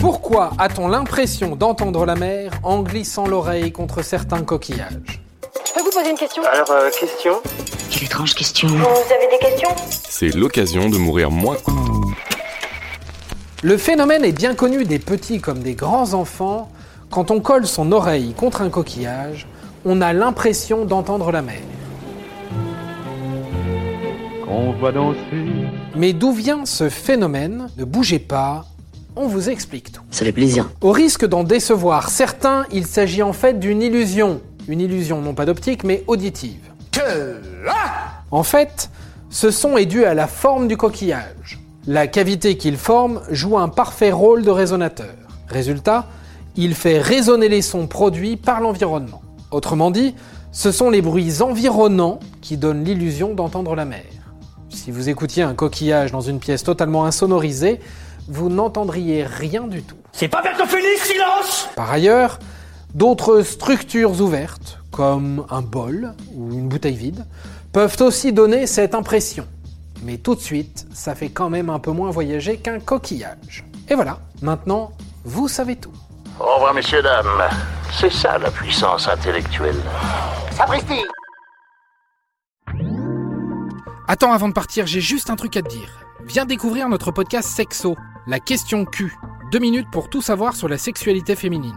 Pourquoi a-t-on l'impression d'entendre la mer en glissant l'oreille contre certains coquillages Je peux vous poser une question Alors, euh, question Quelle étrange question. Vous avez des questions C'est l'occasion de mourir moins. Le phénomène est bien connu des petits comme des grands enfants. Quand on colle son oreille contre un coquillage, on a l'impression d'entendre la mer. On va danser. Mais d'où vient ce phénomène Ne bougez pas, on vous explique tout. Ça fait plaisir. Au risque d'en décevoir certains, il s'agit en fait d'une illusion. Une illusion non pas d'optique, mais auditive. En fait, ce son est dû à la forme du coquillage. La cavité qu'il forme joue un parfait rôle de résonateur. Résultat, il fait résonner les sons produits par l'environnement. Autrement dit, ce sont les bruits environnants qui donnent l'illusion d'entendre la mer. Si vous écoutiez un coquillage dans une pièce totalement insonorisée, vous n'entendriez rien du tout. C'est pas bientôt fini, silence Par ailleurs, d'autres structures ouvertes, comme un bol ou une bouteille vide, peuvent aussi donner cette impression. Mais tout de suite, ça fait quand même un peu moins voyager qu'un coquillage. Et voilà, maintenant, vous savez tout. Au revoir, messieurs, dames. C'est ça la puissance intellectuelle. Sapristi Attends, avant de partir, j'ai juste un truc à te dire. Viens découvrir notre podcast Sexo, la question Q. Deux minutes pour tout savoir sur la sexualité féminine.